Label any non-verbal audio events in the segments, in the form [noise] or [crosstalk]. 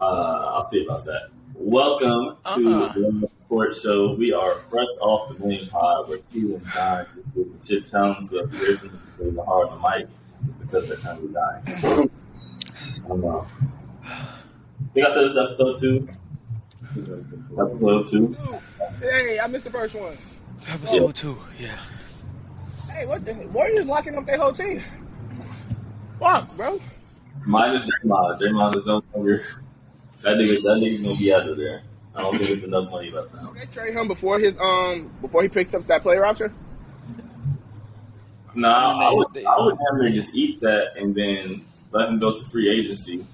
Uh, I'll see about that. Welcome Uh-huh. to the Lone Sports Show. We are fresh off the main pod where Q and Don is doing shit towns. So if there's something hard on the mic, it's because they're kind of dying. I'm, uh, I think I said this episode two. Episode two. Hey, I missed the first one. Episode two, yeah. Hey, what the Warriors locking up their whole team? Fuck, bro. Minus Draymond. Draymond is no longer. That nigga, that nigga's gonna be out of there. I don't think there's enough money left for him. They trade him before his um before he picks up that player option. Nah, I would, I would have them just eat that and then let him go to free agency.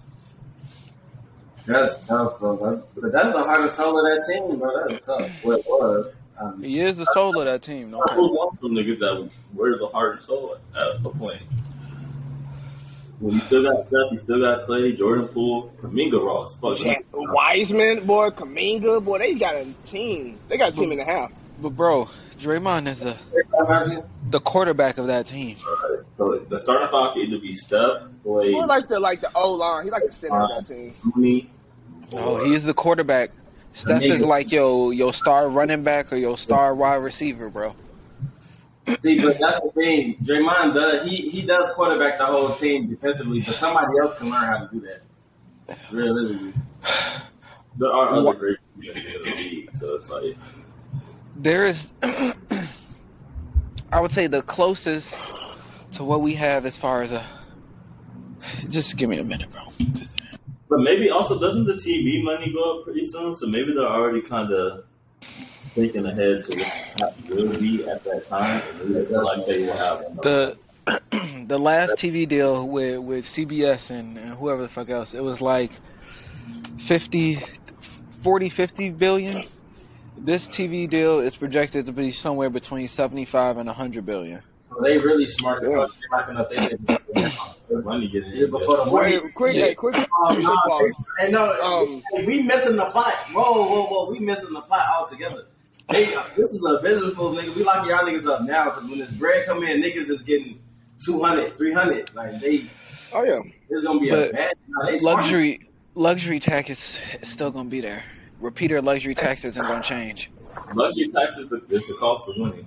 That's tough, bro. That- But that's the hardest hole of that team, bro. That's tough. Well, it was. Um, He is the soul of that team. No I cap. hold on from niggas that were the heart and soul at a point. When you still got Steph, you still got Clay, Jordan Poole, Kaminga Ross. Fuck, uh, man. Wiseman, boy, Kaminga, boy, they got a team. They got a team and a half. But bro, Draymond is the I love you. the quarterback of that team. So the starting five could either be Steph, Clay, More like the like the O line. He like the center of that team. Mooney. No, he is the quarterback. Steph is like yo your star running back or your star wide receiver, bro. See, but that's the thing. Draymond does he he does quarterback the whole team defensively, but somebody else can learn how to do that. Realistically, There are other great defenses in the league, so it's like There is [clears throat] I would say the closest to what we have as far as a just give me a minute, bro. But maybe also doesn't the TV money go up pretty soon? So maybe they're already kind of thinking ahead to what will be at that time. And maybe they feel like they will have The [clears throat] the last TV deal with with CBS and, and whoever the fuck else, it was like 50 40 50 billion. This TV deal is projected to be somewhere between 75 and 100 billion. so they really smart. as fuck. They're not gonna think they money getting did in. before the Wait, Warriors. quick, Yeah. hey, quick, quick Oh, no, pause. they- and no, Um, hey, we missing the plot. Whoa, whoa, whoa, we missing the plot altogether. They, uh, this is a business move, nigga. We locking y'all niggas up now because when this bread come in, niggas is getting 200, 300. Like they, Oh yeah. it's gonna be But a bad. no, they smart. Luxury luxury tax is is still going to be there. Repeater luxury tax isn't going to change. Luxury tax is the, is the cost of winning.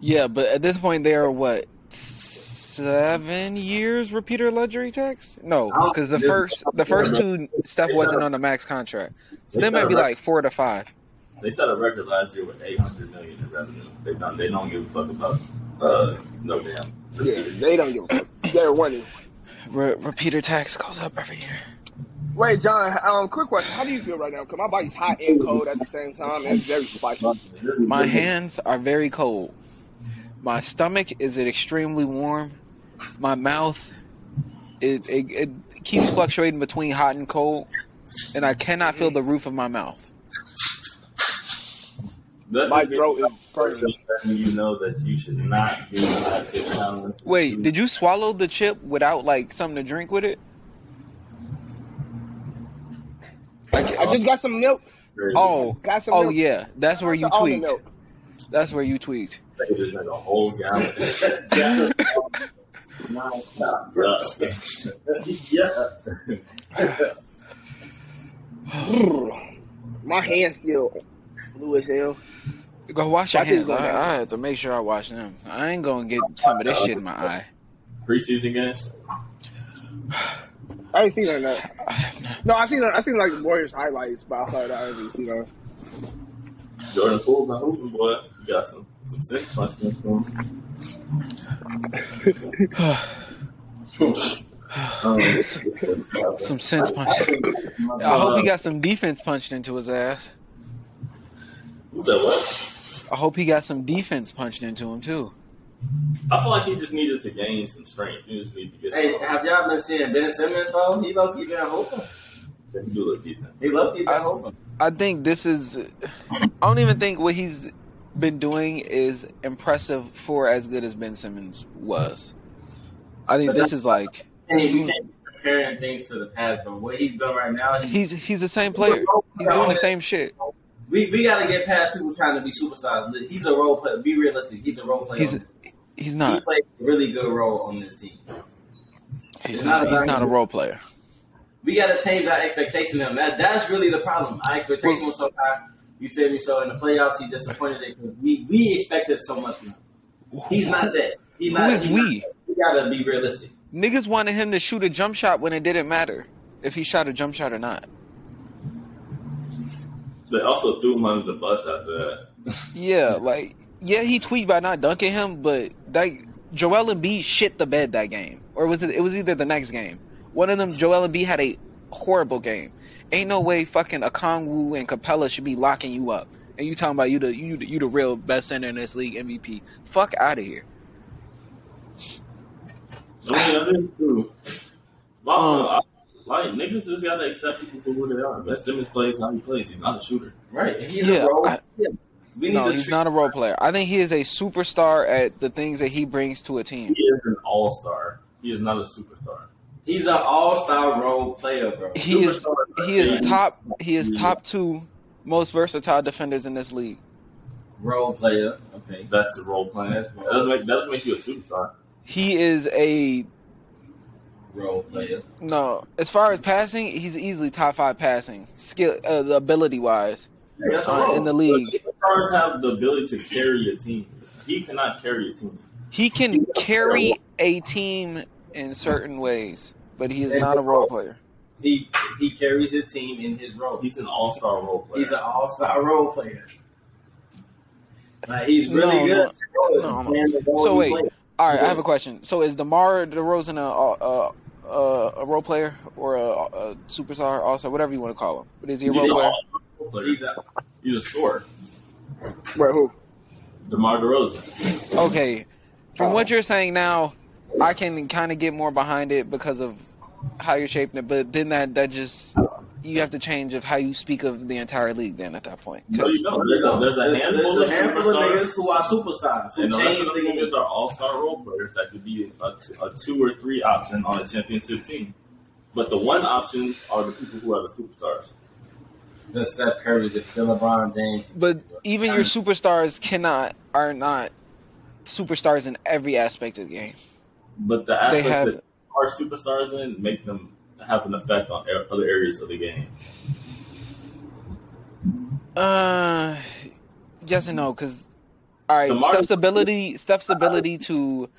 Yeah, but at this point they are what 7 years repeater luxury tax? No, cuz the first the first two stuff wasn't on the max contract. So they might be like 4 to 5. They set a record last year with 800 million in revenue. They don't they don't give a fuck about uh no damn. Yeah, they don't give a fuck. They're winning. Re- repeater tax goes up every year. Wait, John, um, quick question. How do you feel right now? Cause my body's hot and cold at the same time and very spicy. My hands are very cold. My stomach is extremely warm. My mouth, it, it, it keeps fluctuating between hot and cold, and I cannot feel the roof of my mouth. That's My just me. throat is burning. Letting you know that you should not be at six pounds. Wait, did you swallow the chip without like something to drink with it? I just got some milk. Crazy. Oh, Got some oh milk. yeah, that's where you Got the almond tweaked. milk. That's where you tweaked. They just drank a whole gallon. [laughs] Nah, [laughs] bruh. yeah. [sighs] My hands still blue as hell. Go wash your That dude's hands. I, gonna die. I have to make sure I wash them. I ain't gonna get some of this shit in my eye. Preseason games. I ain't seen none of that. No, I seen I seen like Warriors highlights, but outside of that, I didn't see none. Jordan Poole, my hooping boy. You got some some six punch in him. Um, Some sense punch. I hope he got some defense punched into his ass. Who said what? I hope he got some defense punched into him too. I feel like he just needed to gain some strength. He just needed to get [laughs] Hey, some. have y'all been seeing Ben Simmons, bro? He low key been hoping. He do look decent. He low key I- been hoping. I think this is. I don't even think what he's been doing is impressive for as good as Ben Simmons was. I think this is like And you can't be comparing things to the past, but what he's doing right now, he, he's he's the same player. He's doing the same shit. we we gotta get past people trying to be superstars. He's a role player. Be realistic. He's a role player. He's on this team. he's he not. played a really good role on this team. He's not. He's not a role player. we gotta change our expectation of him. That, that's really the problem. Our expectation was so high. You feel me? So in the playoffs, he disappointed it 'cause we we expected so much from him. He's not that. He's Who not. is he's we? not- we gotta be realistic. Niggas wanted him to shoot a jump shot when it didn't matter if he shot a jump shot or not. They also threw him under the bus after that. Yeah, like yeah, he tweeted by not dunking him, but that Joel Embiid shit the bed that game, or was it? It was either the next game. One of them, Joel Embiid had a horrible game. Ain't no way fucking Akongwu and Capella should be locking you up, and you talking about you the you the, you the real best center in this league MVP. Fuck out of here. I mean, that is true. But I don't know, Um, I- like niggas just gotta accept people for who they are. Ben Simmons plays how he plays. He's not a shooter. Right. He's Yeah, a role. I- yeah. We need No, to he's treat- not a role player. I think he is a superstar at the things that he brings to a team. He is an all star. He is not a superstar. He's an all-star role player, bro. He is Superstars are he is big top he is Yeah. top two most versatile defenders in this league. Role player. Okay. That's a role playing. That's, that doesn't make that doesn't make you a superstar. He is a Role player. no. As far as passing, he's easily top five passing skill, uh, ability wise Yeah, that's a uh, role. in the league. Superstars have the ability to carry a team. He cannot carry a team. He can carry a team in certain ways, but he is And not a his role role. player. He he carries his team in his role. He's an all star role player. He's an all-star role player. Like, he's really No, good. no, no, no. Playing the role So he wait, plays. all right. I have a question. So is Demar Derozan a a, a, a role player or a, a superstar, also whatever you want to call him? But is he a He's role an player? all-star role player. He's a He's a scorer. Wait, who? DeMar DeRozan. Okay, from what you're saying now, I can kind of get more behind it because of how you're shaping it. But then that that just you have to change of how you speak of the entire league. Then at that point, No, you don't. There's a, there's a there's, handful there's a of handful of superstars. niggas who are superstars who And the rest change of the them game. niggas are all star role players that could be a, t- a two or three option on a championship team. But the one options are the people who are the superstars. The Steph Curry, the LeBron James. but even your superstars cannot are not superstars in every aspect of the game. But the aspects have- that are superstars in make them have an effect on a- other areas of the game. Uh, yes and no, because all right, DeMar- Steph's ability, Steph's ability to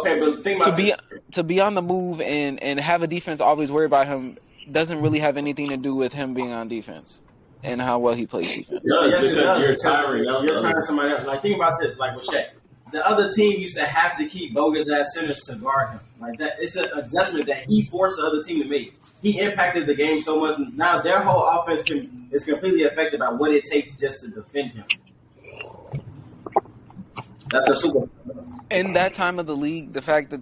Okay, but think to about be this. to be on the move and and have a defense always worry about him doesn't really have anything to do with him being on defense and how well he plays defense. Yeah, yes, it because does. you're Because tiring out You're the tiring other- somebody else. Like think about this. Like with Shaq, the other team used to have to keep bogus ass centers to guard him. Like that, it's an adjustment that he forced the other team to make. He impacted the game so much. Now their whole offense can, is completely affected by what it takes just to defend him. That's a super. In that time of the league, the fact that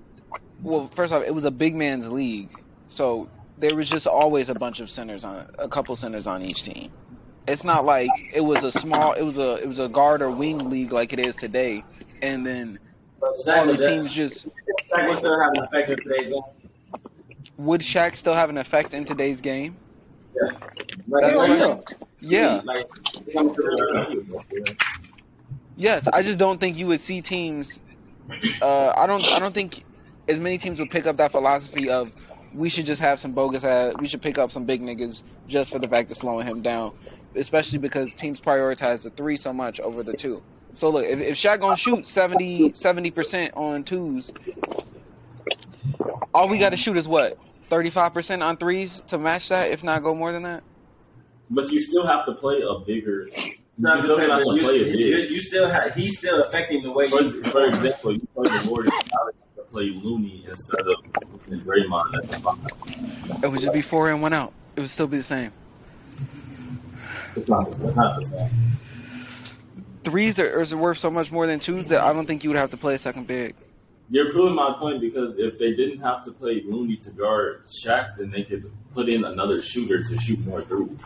well, first off, it was a big man's league, so there was just always a bunch of centers on a couple centers on each team. It's not like it was a small, it was a it was a guard or wing league like it is today, and then all Exactly. these teams just Shaq will still have an effect in today's game. would Shaq still have an effect in today's game? Like, That's like what I'm you saying. said, Yeah. Like, come to the- Yes, I just don't think you would see teams. Uh, I don't. I don't think as many teams would pick up that philosophy of we should just have some bogus. Ass, we should pick up some big niggas just for the fact of slowing him down, especially because teams prioritize the three so much over the two. So look, if, if Shaq gonna shoot 70 percent on twos, all we got to shoot is what thirty five percent on threes to match that, if not go more than that. But you still have to play a bigger. No, you still just- have to you, play a you- big. you- you still have. He's still affecting the way For, you. for example, you play the Warriors, now they have to play Looney instead of looking at Draymond at the bottom. It would just be four and one out. It would still be the same. It's not, it's not the same. threes are, are worth so much more than twos that I don't think you would have to play second big. You're proving my point because if they didn't have to play Looney to guard Shaq, then they could put in another shooter to shoot more through.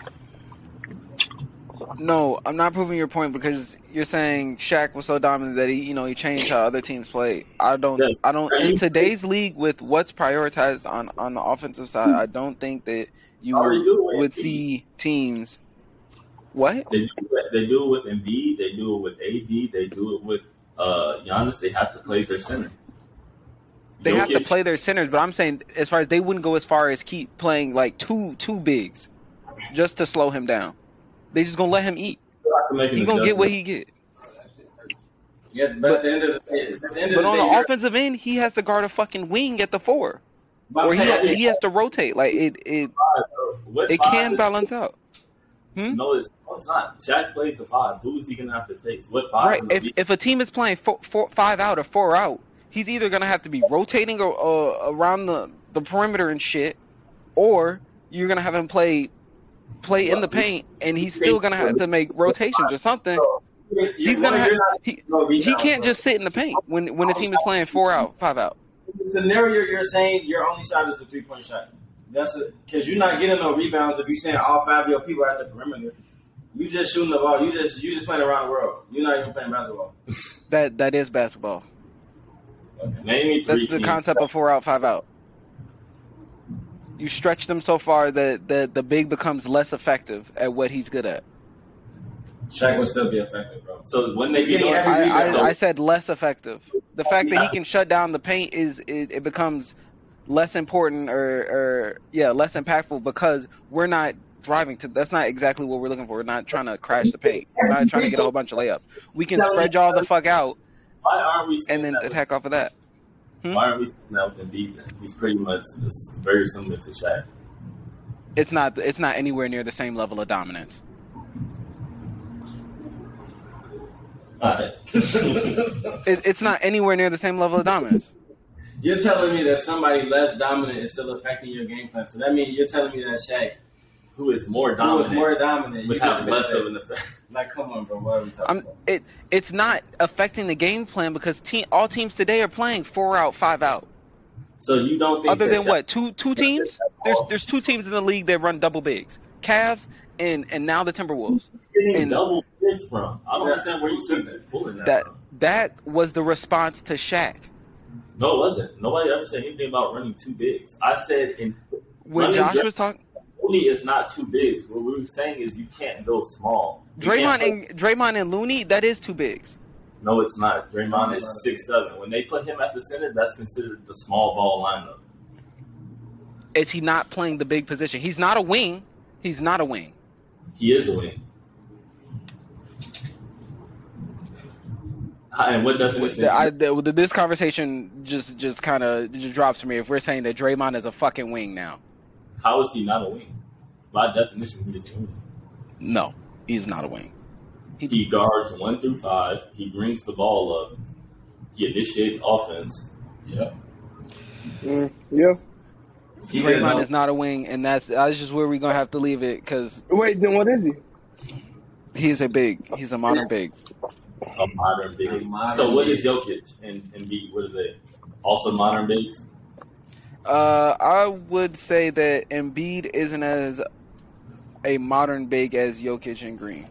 No, I'm not proving your point because you're saying Shaq was so dominant that he, you know, he changed how other teams play. I don't, Yes. I don't. Are In you- today's league, with what's prioritized on on the offensive side, I don't think that you Are you would happy? see teams. What? They do it, they do it with Embiid, they do it with AD, they do it with uh, Giannis. They have to play their center. They have to Jokic. play their centers, but I'm saying as far as they wouldn't go as far as keep playing like two two bigs just to slow him down. They just gonna let him eat. He gonna get what he get. Yeah, but, at the end of the day, at the end of But the on day, the you're- offensive end, he has to guard a fucking wing at the four, but I'm or he, saying- he has to rotate. Like it it What it five can is- balance out. Hmm? No, it's, no, it's not. Shaq plays the five. Who is he gonna have to take? What five? Right. is If he- if a team is playing four, four, five out or four out, he's either gonna have to be rotating or, uh, around the, the perimeter and shit, or you're gonna have him play play in the paint, and he's still gonna have to make rotations or something. you're- He's gonna you're have not- he, no, he's he not, can't bro. just sit in the paint when when the team is playing four out, five out. The scenario you're saying your only shot is a three point shot. That's because you're not getting no rebounds if you're saying all five of your people are at the perimeter. You just shooting the ball. You just you just playing around the world. You're not even playing basketball. That that is basketball. name me three That's the teams. concept of four out, five out. You stretch them so far that the, the big becomes less effective at what he's good at. Shaq would still be [laughs] effective, bro. So when they He's getting get every I, rebound. so, I, I said less effective. The fact that he can shut down the paint is it, it becomes less important or, or yeah less impactful because we're not driving to. That's not exactly what we're looking for. We're not trying to crash the paint. We're not trying to get a whole bunch of layups. We can spread y'all the fuck out why aren't we? seeing and then that attack off of that. With, why aren't we seeing that with Embiid? Then he's pretty much just very similar to Shaq. It's not it's not anywhere near the same level of dominance. All right. It, it's not anywhere near the same level of dominance. You're telling me that somebody less dominant is still affecting your game plan. So that means you're telling me that Shaq Who is more who was dominant? more dominant. but You has just less of less an effect. like come on, bro. What are we talking I'm, about? it it's not affecting the game plan because team all teams today are playing four out, five out. So you don't think Other that than Shaq- what two two teams? There's there's two teams in the league that run double bigs: Cavs and and now the Timberwolves. Getting and- double bigs from. I don't Yeah. understand where you said that pulling that. That from. that was the response to Shaq No, it wasn't. Nobody ever said anything about running two bigs. I said in when running Josh Dray- was talking. Only is not two bigs. What we were saying is you can't go small. You can't Draymond play- and Draymond and Looney, that is two bigs. No, it's not. Draymond is six seven. When they put him at the center, that's considered the small ball lineup. Is he not playing the big position? He's not a wing. He's not a wing. He is a wing. Hi, And what definition? The- I, is the, the- this conversation just just kind of just drops for me if we're saying that Draymond is a fucking wing now. how is he not a wing? By definition, he is a wing. No, he's not a wing. He guards one through five. He brings the ball up. He initiates offense. Yep. Mm, yeah. He is Draymond not- is not a wing, and that's that's just where we're gonna have to leave it because Wait, then what is he? he is a big. He's a modern big. A modern big. A modern so what big. is Jokic and and B? What are they? Also modern bigs. Uh, I would say that Embiid isn't as a modern big as Jokic and Green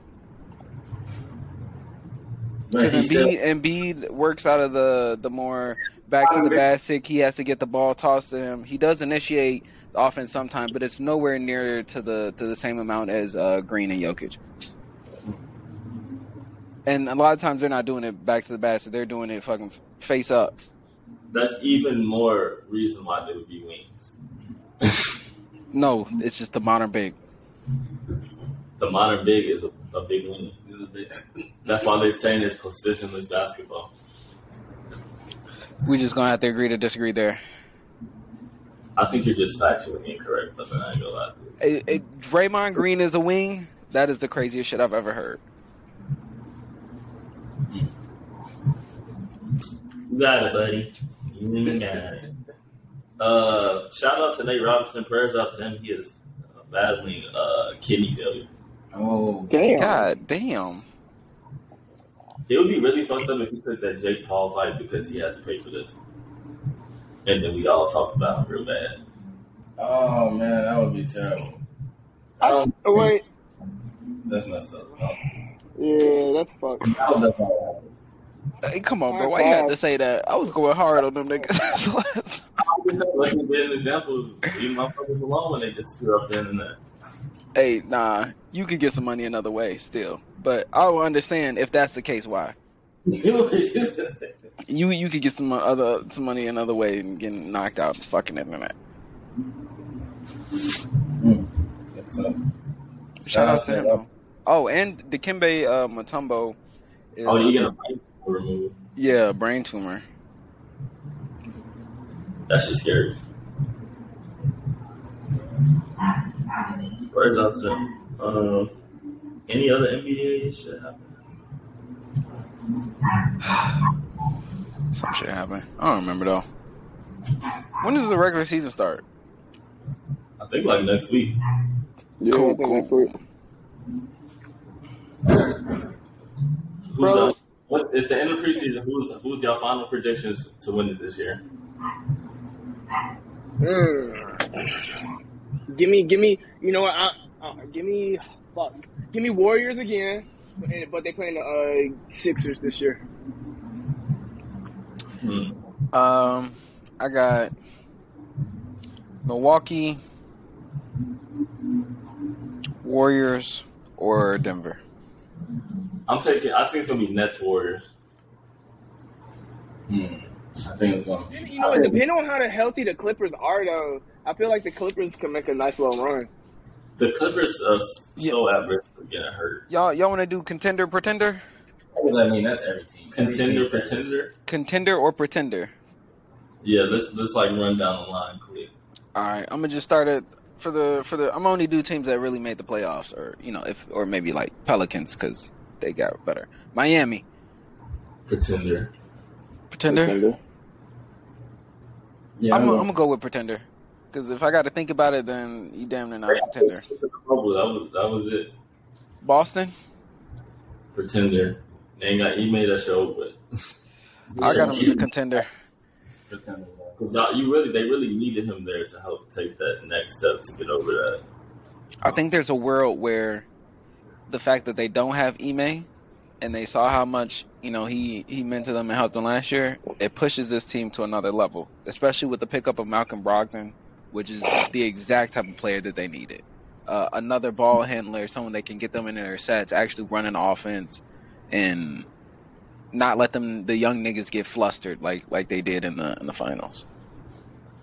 But because he still- Embiid, Embiid works out of the the more back to the basket. He has to get the ball tossed to him. He does initiate the offense sometimes, but it's nowhere near to the to the same amount as uh, Green and Jokic. And a lot of times they're not doing it back to the basket. They're doing it fucking face up. That's even more reason why they would be [laughs] wings. No, it's just the modern big. The modern big is a, a big wing. He's a bit- That's why they're saying it's positionless basketball. We just gonna have to agree to disagree there. I think you're just factually incorrect, but then I ain't gonna lie to you. It, it, Draymond Green is a wing. That is the craziest shit I've ever heard. You got it, buddy. You really got it. Uh, shout out to Nate Robinson. Prayers out to him. He is uh, battling uh, kidney failure. Oh, Damn. God damn. It would be really fucked up if he took that Jake Paul fight because he had to pay for this. And then we all talked about him real bad. oh man, that would be terrible. I I, Oh, don't. wait. That's messed up. Oh, No. Yeah, that's fucked. I hope that's not what happened. Hey, come on, bro. Why you had to say that? I was going hard on them niggas. [laughs] last- I'm just looking for an example. Leave motherfuckers alone when they disappear off the [laughs] internet. hey, nah. You could get some money another way still. But I will understand if that's the case why. You you could get some other some money another way and getting knocked out the fucking internet. That's tough. Shout out to Shout out him. to though. Oh, and the Kimbe uh, Matumbo is Oh, you get a mic removed. yeah brain tumor. That's just scary. Where's Johnson? Um, any other NBA shit happen? Some shit happened. I don't remember though. When does the regular season start? I think like next week. Yeah, Cool, I think cool. that's what- Who's Bro. up? What it's the end of preseason? Who's who's y'all final predictions to win it this year? Mm. Give me, give me. You know what? I, uh, give me, fuck. Give me Warriors again, but, but they playing the uh, Sixers this year. Hmm. Um, I got Milwaukee, Warriors, or Denver. I'm taking. I think it's gonna be Nets Warriors. Hmm. I think it's gonna. You know, it depending on how the healthy the Clippers are, though, I feel like the Clippers can make a nice little run. The Clippers are s- so at risk of getting hurt. Y'all y'all want to do contender, pretender, What does that mean? That's every team. Every Contender, team's at risk. pretender. contender or pretender? Yeah, let's let's like run down the line quick. All right, I'm gonna just start it for the for the. I'm gonna only do teams that really made the playoffs, or you know, if or maybe like Pelicans because they got better. Miami, Pretender. pretender. Yeah, I'm, gonna- I'm gonna go with pretender because if I got to think about it, then you damn near not a pretender. That was that was it. Boston, Pretender. They ain't got email that show, but I got him as a contender. pretender. Cause y'all- you really, they really needed him there to help take that next step to get over that. I think there's a world where the fact that they don't have Ime and they saw how much you know he he meant to them and helped them last year, it pushes this team to another level, especially with the pickup of Malcolm Brogdon, which is the exact type of player that they needed. Uh, another ball handler, someone that can get them into their sets, actually run an offense, and not let them the young niggas get flustered like like they did in the in the finals.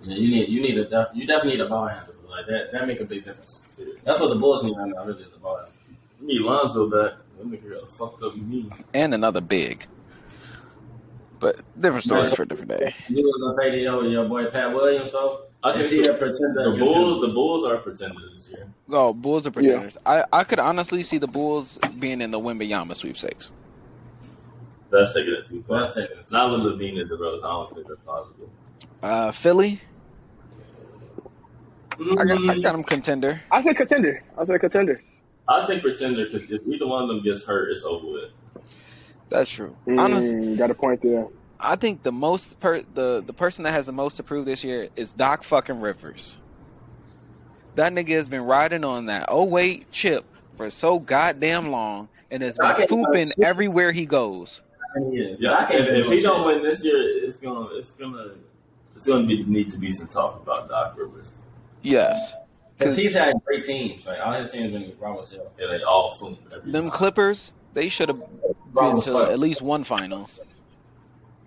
Yeah, you need you need a def- you definitely need a ball handler like that. That make a big difference. That's what the Bulls need right now. Really, is a ball handler. You need Lonzo back. That nigga got a fucked up knee. And another big, but different story Nice. for a different day. You was gonna say to your, your boy Pat Williams, so I is think he a the, pretender? the Bulls, the Bulls are pretenders this year. Oh, Bulls are pretenders. I, I could honestly see the Bulls being in the Wimbayama sweepstakes. That's taking it too far. That's taking it too Not with Levine and DeRozan. I don't think that's possible. Uh, Philly, I got, I got them contender. I said contender. I said contender. I think pretender because if either one of them gets hurt, it's over with. That's true. Mm. Honestly, got a point there. I think the most per, the the person that has the most to prove this year is Doc fucking Rivers. That nigga has been riding on that oh wait chip for so goddamn long and has been Doc ain't about fooping shit. everywhere he goes. He is. Yeah, I can't if, if do he shit. don't win this year, it's gonna, it's gonna, it's gonna be need to be some talk about Doc Rivers. Yes, Because he's had great teams. Like all his teams been Robert Hill. Yeah, they all fool every them time. Clippers they should have been Robert to at Hill. least one finals.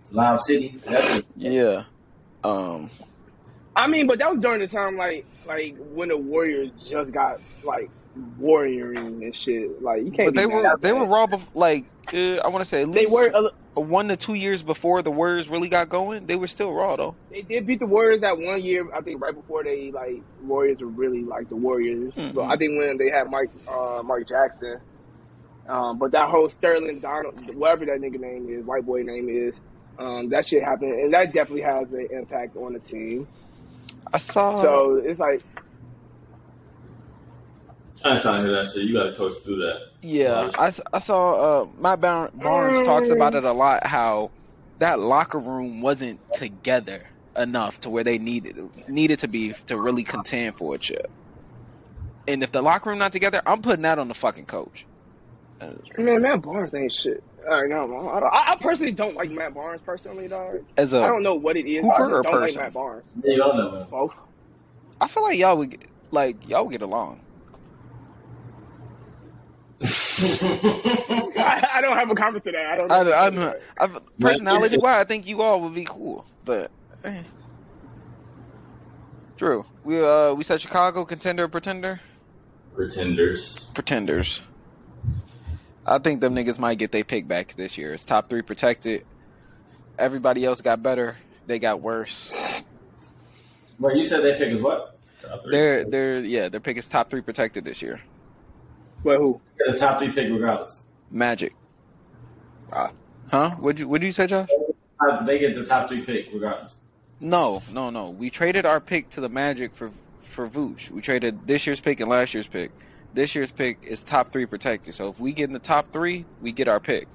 Live City. That's it. Yeah. Um. I mean, but that was during the time like like when the Warriors just got like warrioring and shit. Like you But can't. be they mad were at they that. were raw bef- like uh, I want to say at They least were. a- one to two years before the Warriors really got going. They were still raw though. They did beat the Warriors that one year. I think right before they like Warriors were really like the Warriors. Mhm. But I think when they had Mike uh, Mike Jackson. Um, but that whole Sterling Donald, whatever that nigga name is, white boy name is, um, that shit happened, and that definitely has an impact on the team. I saw. so it's like, I ain't trying to hear that shit. You got to coach through that. yeah, I, s- I saw. Uh, my Bar- Barnes talks about it a lot. How that locker room wasn't together enough to where they needed needed to be to really contend for a chip. And if the locker room not together, I'm putting that on the fucking coach. man, Matt Barnes ain't shit. I know. I, don't- I, I personally don't like Matt Barnes personally, dog. As a, I don't know what it is. Hooper but I just or don't person? like Matt Barnes. They all know. Both. [laughs] I feel like y'all would get- like y'all would get along. [laughs] I, I don't have a comment to that. I don't. I, Know I, I, I, personality wise, I think you all would be cool, but eh. Drew, we uh we said Chicago contender, pretender, Pretenders. pretenders. I think them niggas might get their pick back this year. It's top three protected. Everybody else got better. They got worse. Wait, you said they pick is what? Top three. They're they're yeah their pick is top three protected this year. But who? They're The top three pick regardless. Magic. Huh? Would you would you say, Josh? Uh, They get the top three pick regardless. No, no, no. We traded our pick to the Magic for for Vooch. We traded this year's pick and last year's pick. This year's pick is top three protected. So if we get in the top three, we get our pick.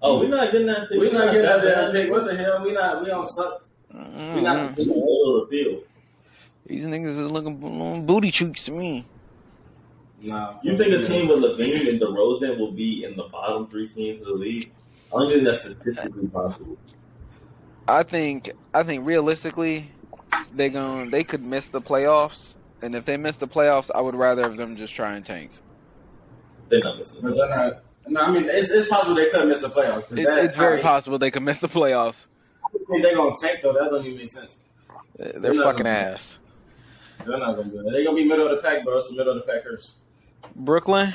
Oh, we're not getting that. We're not getting that damn pick. pick. What the hell? We not. We don't suck. We Mm, not. We're in the middle of the field. These niggas is looking bo- booty cheeks to me. Nah. You think a team with Levine and DeRozan will be in the bottom three teams of the league? I don't think that's statistically possible. I think I think realistically, they going they could miss the playoffs. And if they miss the playoffs, I would rather of them just try and tank. They're not missing. But they're not. No, I mean it's, it's possible they could miss the playoffs. but It, that- it's very I possible they could miss the playoffs. mean, They're gonna tank though. That don't even make sense. They're fucking ass. They're not gonna do that. They're gonna be middle of the pack, bro. It's the middle of the pack curse. Brooklyn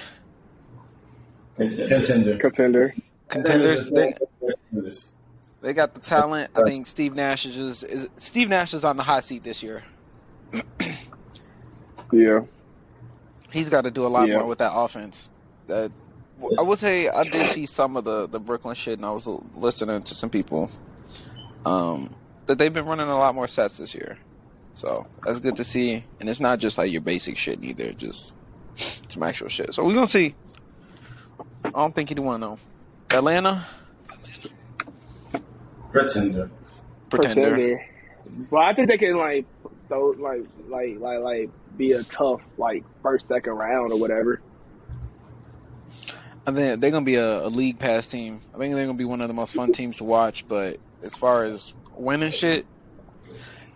Contenders. Contender. Contender. contenders. They, Contenders. They got the talent. I think Steve Nash is, just, is Steve Nash is on the hot seat this year. Yeah. He's got to do a lot Yeah. more with that offense. That I would say I did see some of the the Brooklyn shit, and I was listening to some people um, that they've been running a lot more sets this year. So that's good to see, and it's not just like your basic shit either, just some actual shit. So we're gonna see. I don't think he'd want to know. Atlanta Pretender. pretender. Well, I think they can like throw like like like like be a tough like first second round or whatever. I think they're gonna be a, a league pass team. I think they're gonna be one of the most fun teams to watch. But as far as winning shit,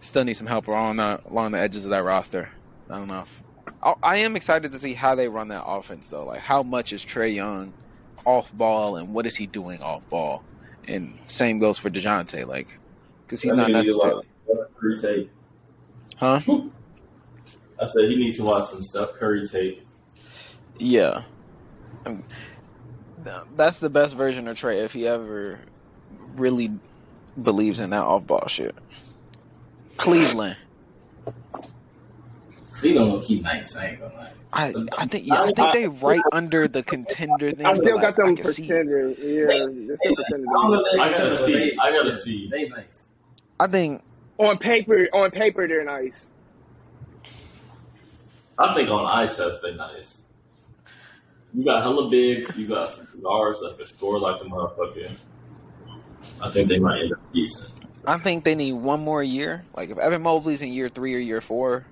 still need some help along the along the edges of that roster. I don't know. If, I, I am excited to see how they run that offense though. Like how much is Trey Young off ball and what is he doing off ball? And same goes for Dejounte. Like because he's That not nigga needs to necessarily. watch Steph Curry tape. Huh? I said he needs to watch some Steph Curry tape. Yeah. Um, th- That's the best version of Trey if he ever really believes in that off ball shit. Cleveland. They don't look keep nice. I ain't gonna lie. I, I think yeah, I think they right under the contender thing. I still but, like, got them I can see- pretender. Yeah, they're still They nice. I pretender. don't know if they I gotta contender, but see. they- I gotta yeah, see. They nice. I think On paper, on paper, they're nice. I think on eye test they nice. You got hella bigs. You got some guards that can score like a motherfucker. I think they might end up decent. I think they need one more year. Like if Evan Mobley's in year three or year four,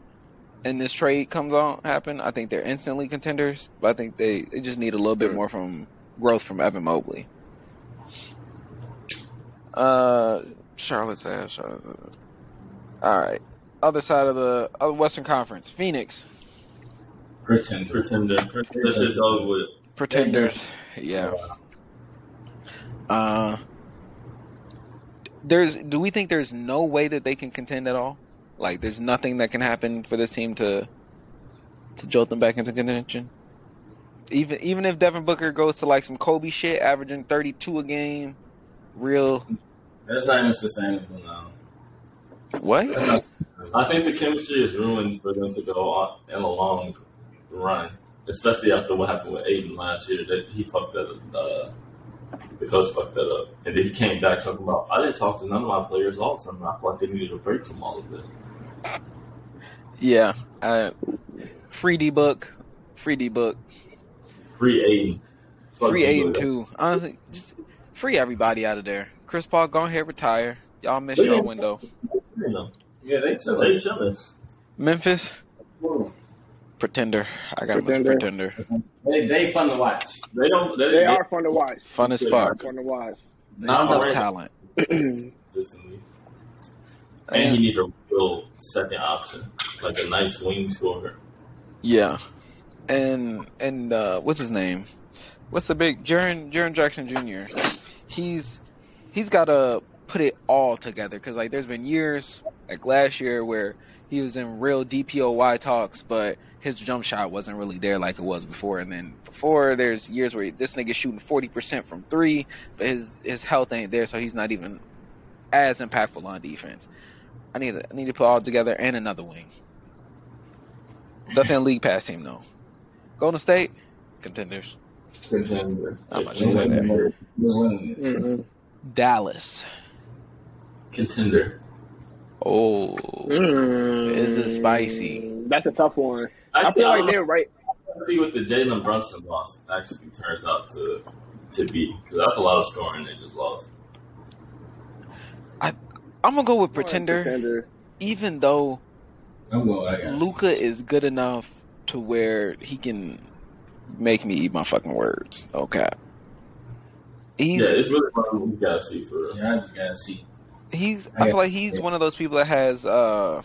and this trade comes on happen, I think they're instantly contenders. But I think they, they just need a little bit more from growth from Evan Mobley. Uh, Charlotte's ass. Charlotte's ass. All right, other side of the other Western Conference, Phoenix Pretender. Pretender. Pretender shit's over with. pretenders. Yeah. Uh, there's. Do we think there's no way that they can contend at all? Like, there's nothing that can happen for this team to to jolt them back into contention. Even even if Devin Booker goes to like some Kobe shit, averaging 32 a game, real That's not even sustainable now. what? I think the chemistry is ruined for them to go on in a long run, especially after what happened with Aiden last year. That he fucked that up. Uh, the coach fucked that up, and then he came back talking about I didn't talk to none of my players all summer. I feel like they needed a break from all of this. Yeah, uh, free D book, free D book, Free Aiden, Fuck free you, Aiden dude. too. Honestly, just free everybody out of there. Chris Paul, go ahead retire. Y'all missed Look your at- window. You know, Yeah, they They chilling. chilling. Memphis pretender. I got him as a pretender. They they fun to watch. They don't. They, They are fun to watch. Fun as fuck. Fun to watch. Not They- enough talent. consistently. And he needs a real second option, like a nice wing scorer. Yeah. And and uh what's his name? what's the big Jaron Jaron Jackson Jr. He's he's got to put it all together because like there's been years like last year where he was in real DPOY talks, but his jump shot wasn't really there like it was before. And then before there's years where this nigga shooting forty percent from three, but his his health ain't there, so he's not even as impactful on defense. I need to, I need to put all together and another wing. Definitely league pass team though. Golden State contenders. Contender. I'm about to say that. Dallas. Contender. Oh, Mm. This is spicy. That's a tough one. I Actually, feel I uh, like don't they're right. know. see what the Jalen Brunson loss actually turns out to to be because that's a lot of scoring they just lost. I'm gonna go with pretender, Pretender. even though I'm going. I Luca is good enough to where he can make me eat my fucking words. Okay. He's yeah, it's really one we gotta see for real. Yeah, I just gotta see. he's I feel like he's one of those people that has uh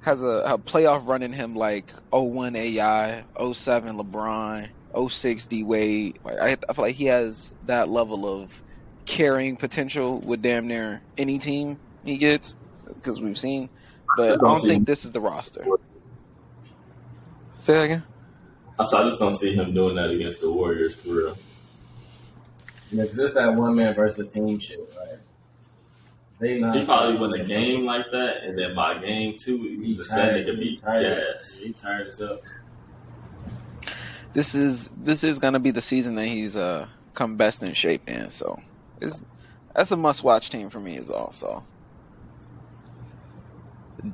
has a, a playoff run in him like 01 AI, 07 LeBron, 06 D Wade. Like I, I feel like he has that level of carrying potential with damn near any team he gets because we've seen. But I don't think this is the roster. Say that again. I s- I just don't see him doing that against the Warriors for real. Yeah, 'cause it's that one man versus team shit, right? They not. He probably won a game like that, and then by game two, he He just that tired. nigga He be tired. gas. He tired as hell. this is this is gonna be the season that he's uh come best in shape in. So, it's, that's a must watch team for me is all. So,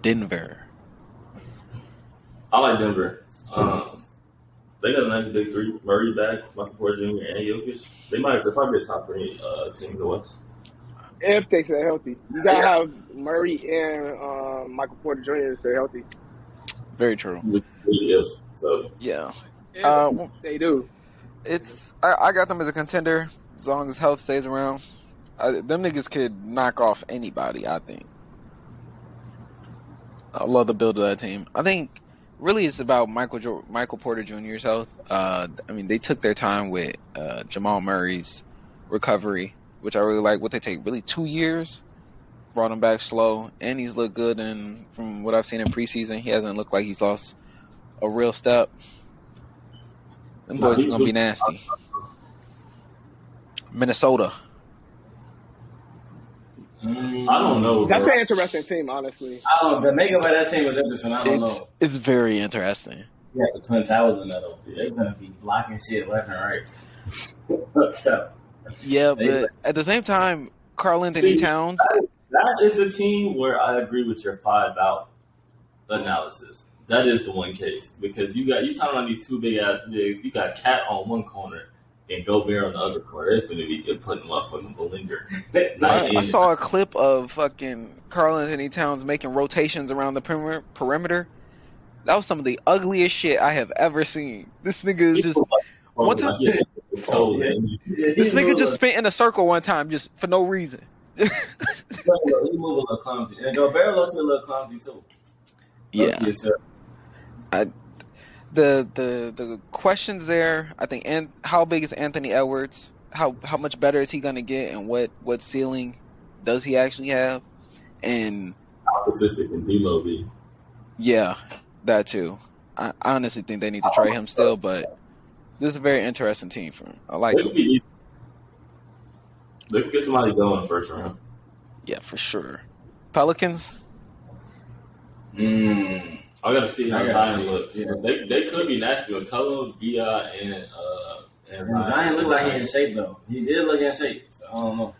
Denver. I like Denver. Um, they got a nice big three: Murray back, Michael Porter Jr., and Jokic. They might they're probably a top three uh, team in the West. If they stay healthy, you gotta have Murray and um, Michael Porter Jr. to stay healthy. Very true. Really If so, Yeah. If Uh, well, they do. it's I, I got them as a contender as long as health stays around. I, them niggas could knock off anybody. I think. I love the build of that team. I think really it's about Michael jo- Michael Porter Jr.'s health. Uh, I mean, they took their time with uh, Jamal Murray's recovery, which I really like. What they take really two years, brought him back slow, and he's looked good. And from what I've seen in preseason, he hasn't looked like he's lost a real step. Them Nah, boys he was are gonna be looking- nasty. Minnesota. I Mm-hmm. I don't know. That's bro. an interesting team, honestly. I don't. The makeup of that team was interesting. I don't It's know. it's very interesting. Yeah, the Twin Towers in that. though. They're gonna be blocking shit left and [laughs] right. Yeah, They- but at the same time, Carl Anthony See, Towns. That is a team where I agree with your five out analysis. That is the one case because you got you talking about these two big ass bigs. You got Cat on one corner and Gobert on the other corner. It's gonna be good putting motherfucking [laughs] belinger. I, I saw a clip of fucking Carl Anthony Towns making rotations around the perimeter. perimeter. That was some of the ugliest shit I have ever seen. This nigga is just one time- this nigga just spent in a circle one time just for no reason. He move a little clumsy, and Gobert looked a little clumsy too. [laughs] yeah, Low-key as hell. the the the questions there. I think and how big is Anthony Edwards? How how much better is he gonna get? And what what ceiling does he actually have? And optimistic and D'Lo be. Yeah, that too. I I honestly think they need to trade him still, but this is a very interesting team for him. I like They could him. be easy. They could get somebody going in the first round. Yeah, for sure. Pelicans? Mm. I gotta see how I gotta Zion see. looks. Yeah. They they could be nasty with Cullen, Dia, and uh and And Zion looked like he in shape though. He did look in shape. So I don't know.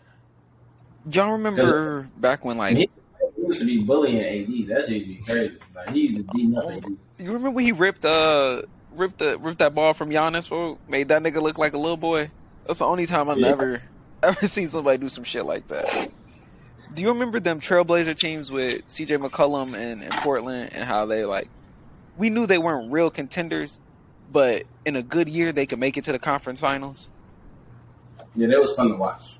Y'all remember back when like Me? He used to be bullying AD. That shit used to be crazy. Like he used to beat up AD. you remember when he ripped uh ripped the ripped that ball from Giannis for made that nigga look like a little boy? That's the only time I've Yeah. ever [laughs] ever seen somebody do some shit like that. Do you remember them Trailblazer teams with CJ McCollum and, and Portland and how they like we knew they weren't real contenders, but in a good year they could make it to the conference finals? Yeah, that was fun to watch.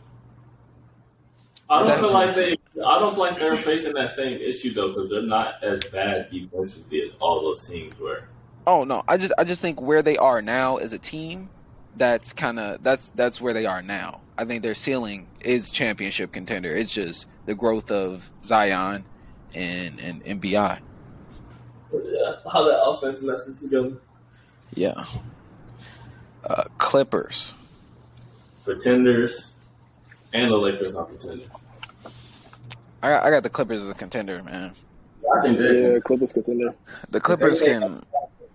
I don't That's- feel like they. I don't feel like they're facing that same issue though, because they're not as bad defensively as all those teams were. Oh no, I just I just think where they are now as a team that's kind of that's that's where they are now. I think their ceiling is championship contender. It's just the growth of Zion and and, and Bi. Yeah, how that offense messes together. Yeah. Uh, Clippers. Pretenders and the Lakers are pretenders. I got, I got the Clippers as a contender, man. I think they're Yeah, Clippers contender. The Clippers they- can.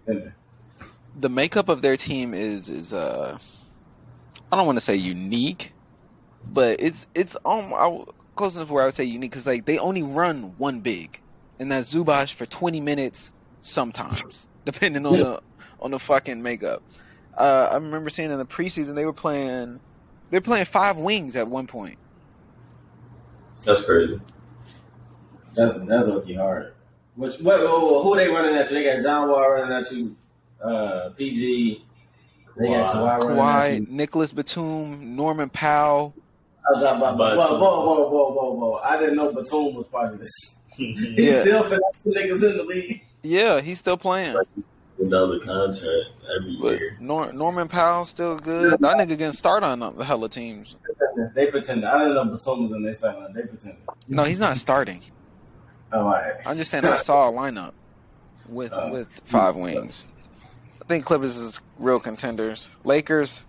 contender. The makeup of their team is is uh, I don't want to say unique, but it's it's um I, w- close enough where I would say unique because like they only run one big, and that's Zubash for twenty minutes sometimes, depending on the on the fucking makeup. Uh, I remember seeing in the preseason they were playing they're playing five wings at one point. That's [laughs] crazy. That's that's looking hard. Which wait, wait, wait, who they running at you? They got John Wall running at you. Uh, PG. They got Kawhi. Kawhi running at you. Kawhi, Nicholas Batum, Norman Powell. I was about, But- whoa, whoa, whoa, whoa, whoa, whoa! I didn't know Batum was part of [laughs] this. He's Yeah. still [laughs] finessing niggas in the league. Yeah, he's still playing. Another contract every But year. Nor- Norman Powell still good. That nigga getting started on the hella teams. They pretended. I didn't know Batum was in this time. They pretended. No, he's not starting. Oh, all right. I'm just saying I saw a lineup with Uh, with five wings. I think Clippers is real contenders. Lakers,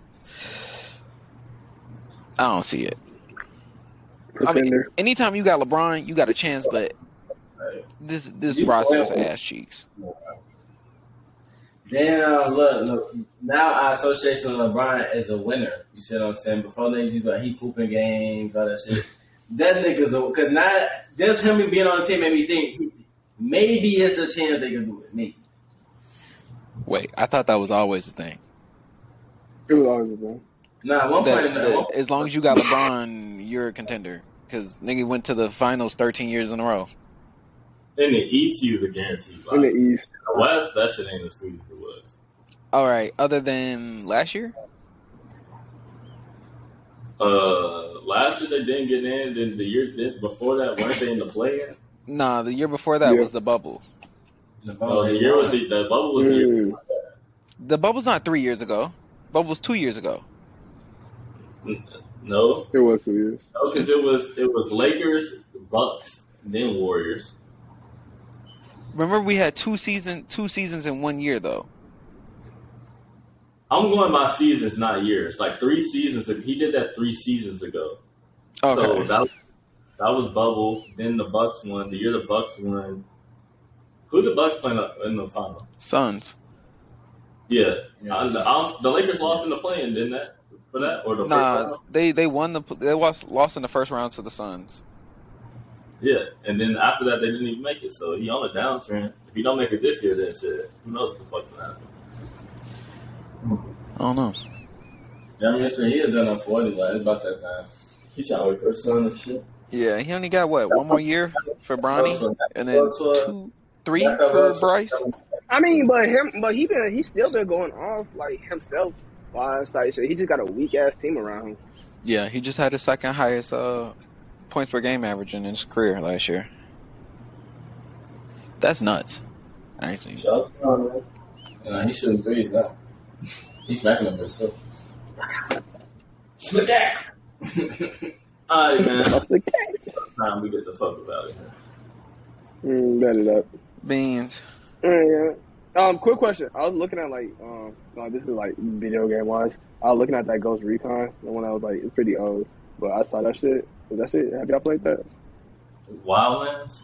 I don't see it. I mean, Contender. anytime you got LeBron, you got a chance, but Right. this this You- roster is ass cheeks. Damn, look, look. Now our association with LeBron is a winner. You see what I'm saying? Before niggas used to be like, he hooping games, all that shit. that nigga's a because not just him being on the team made me think he, maybe it's a chance they can do it. Maybe. Wait, I thought that was always the thing. It was always a thing. Nah, one That- point. that as long as you got LeBron, you're a contender. Because nigga went to the finals 13 years in a row. In the East, he's a guaranteed. lock. In the In East. the West, that shit ain't as sweet as it was. All right. Other than last year, Uh, last year they didn't get in. Then the year then, before that, weren't they in the play-in? nah. The year before that Yeah. was the bubble. Oh, the year was the, the bubble was the year. Hmm. Mm. The bubble's not three years ago. Bubble's two years ago. No, It was two years. no, because it was it was Lakers, Bucks, then Warriors. Remember, we had two season, two seasons in one year though. I'm going by seasons, not years. Like three seasons. He did that three seasons ago. Okay. So that that was bubble. Then the Bucks won. The year the Bucks won. Who the Bucks playing in the final? Suns. Yeah, I- I'm- the Lakers lost in the play-in, didn't that? For that or the first Nah, round? they they won the they lost lost in the first round to the Suns. Yeah, and then after that they didn't even make it. So he on a downtrend. If he don't make it this year, then shit, who knows what the fuck's gonna happen? I don't know. Damn, yesterday he had done a 40, like, it's about that time. He trying to wait for his son and shit. Yeah, he only got what one more year for Bronny, and then two, three for Bryce. I mean, but him, but he been he still been going off like himself. Wise type shit. He just got a weak ass team around him. Yeah, he just had his second highest uh, points per game averaging in his career last year. That's nuts. Actually, Nah, he's shooting threes now. He's smacking them, but still. Look at. All right, man. I said, Time we get the fuck about it. mm, bet it up. beans. Yeah. Um, quick question. I was looking at like um, no, this is like video game wise. I was looking at that Ghost Recon, the one I was like, it's pretty old, but I saw that shit. Was that shit? Have y'all played that? Wildlands,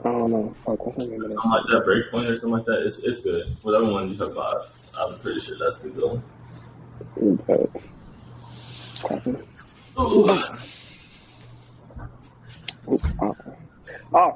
I don't know. Fuck, what's the name of that? something like that. Breakpoint or something like that. It's it's good. Whatever one you talk about, I'm pretty sure that's the good one. Mm, but- [laughs] Ooh. Oh,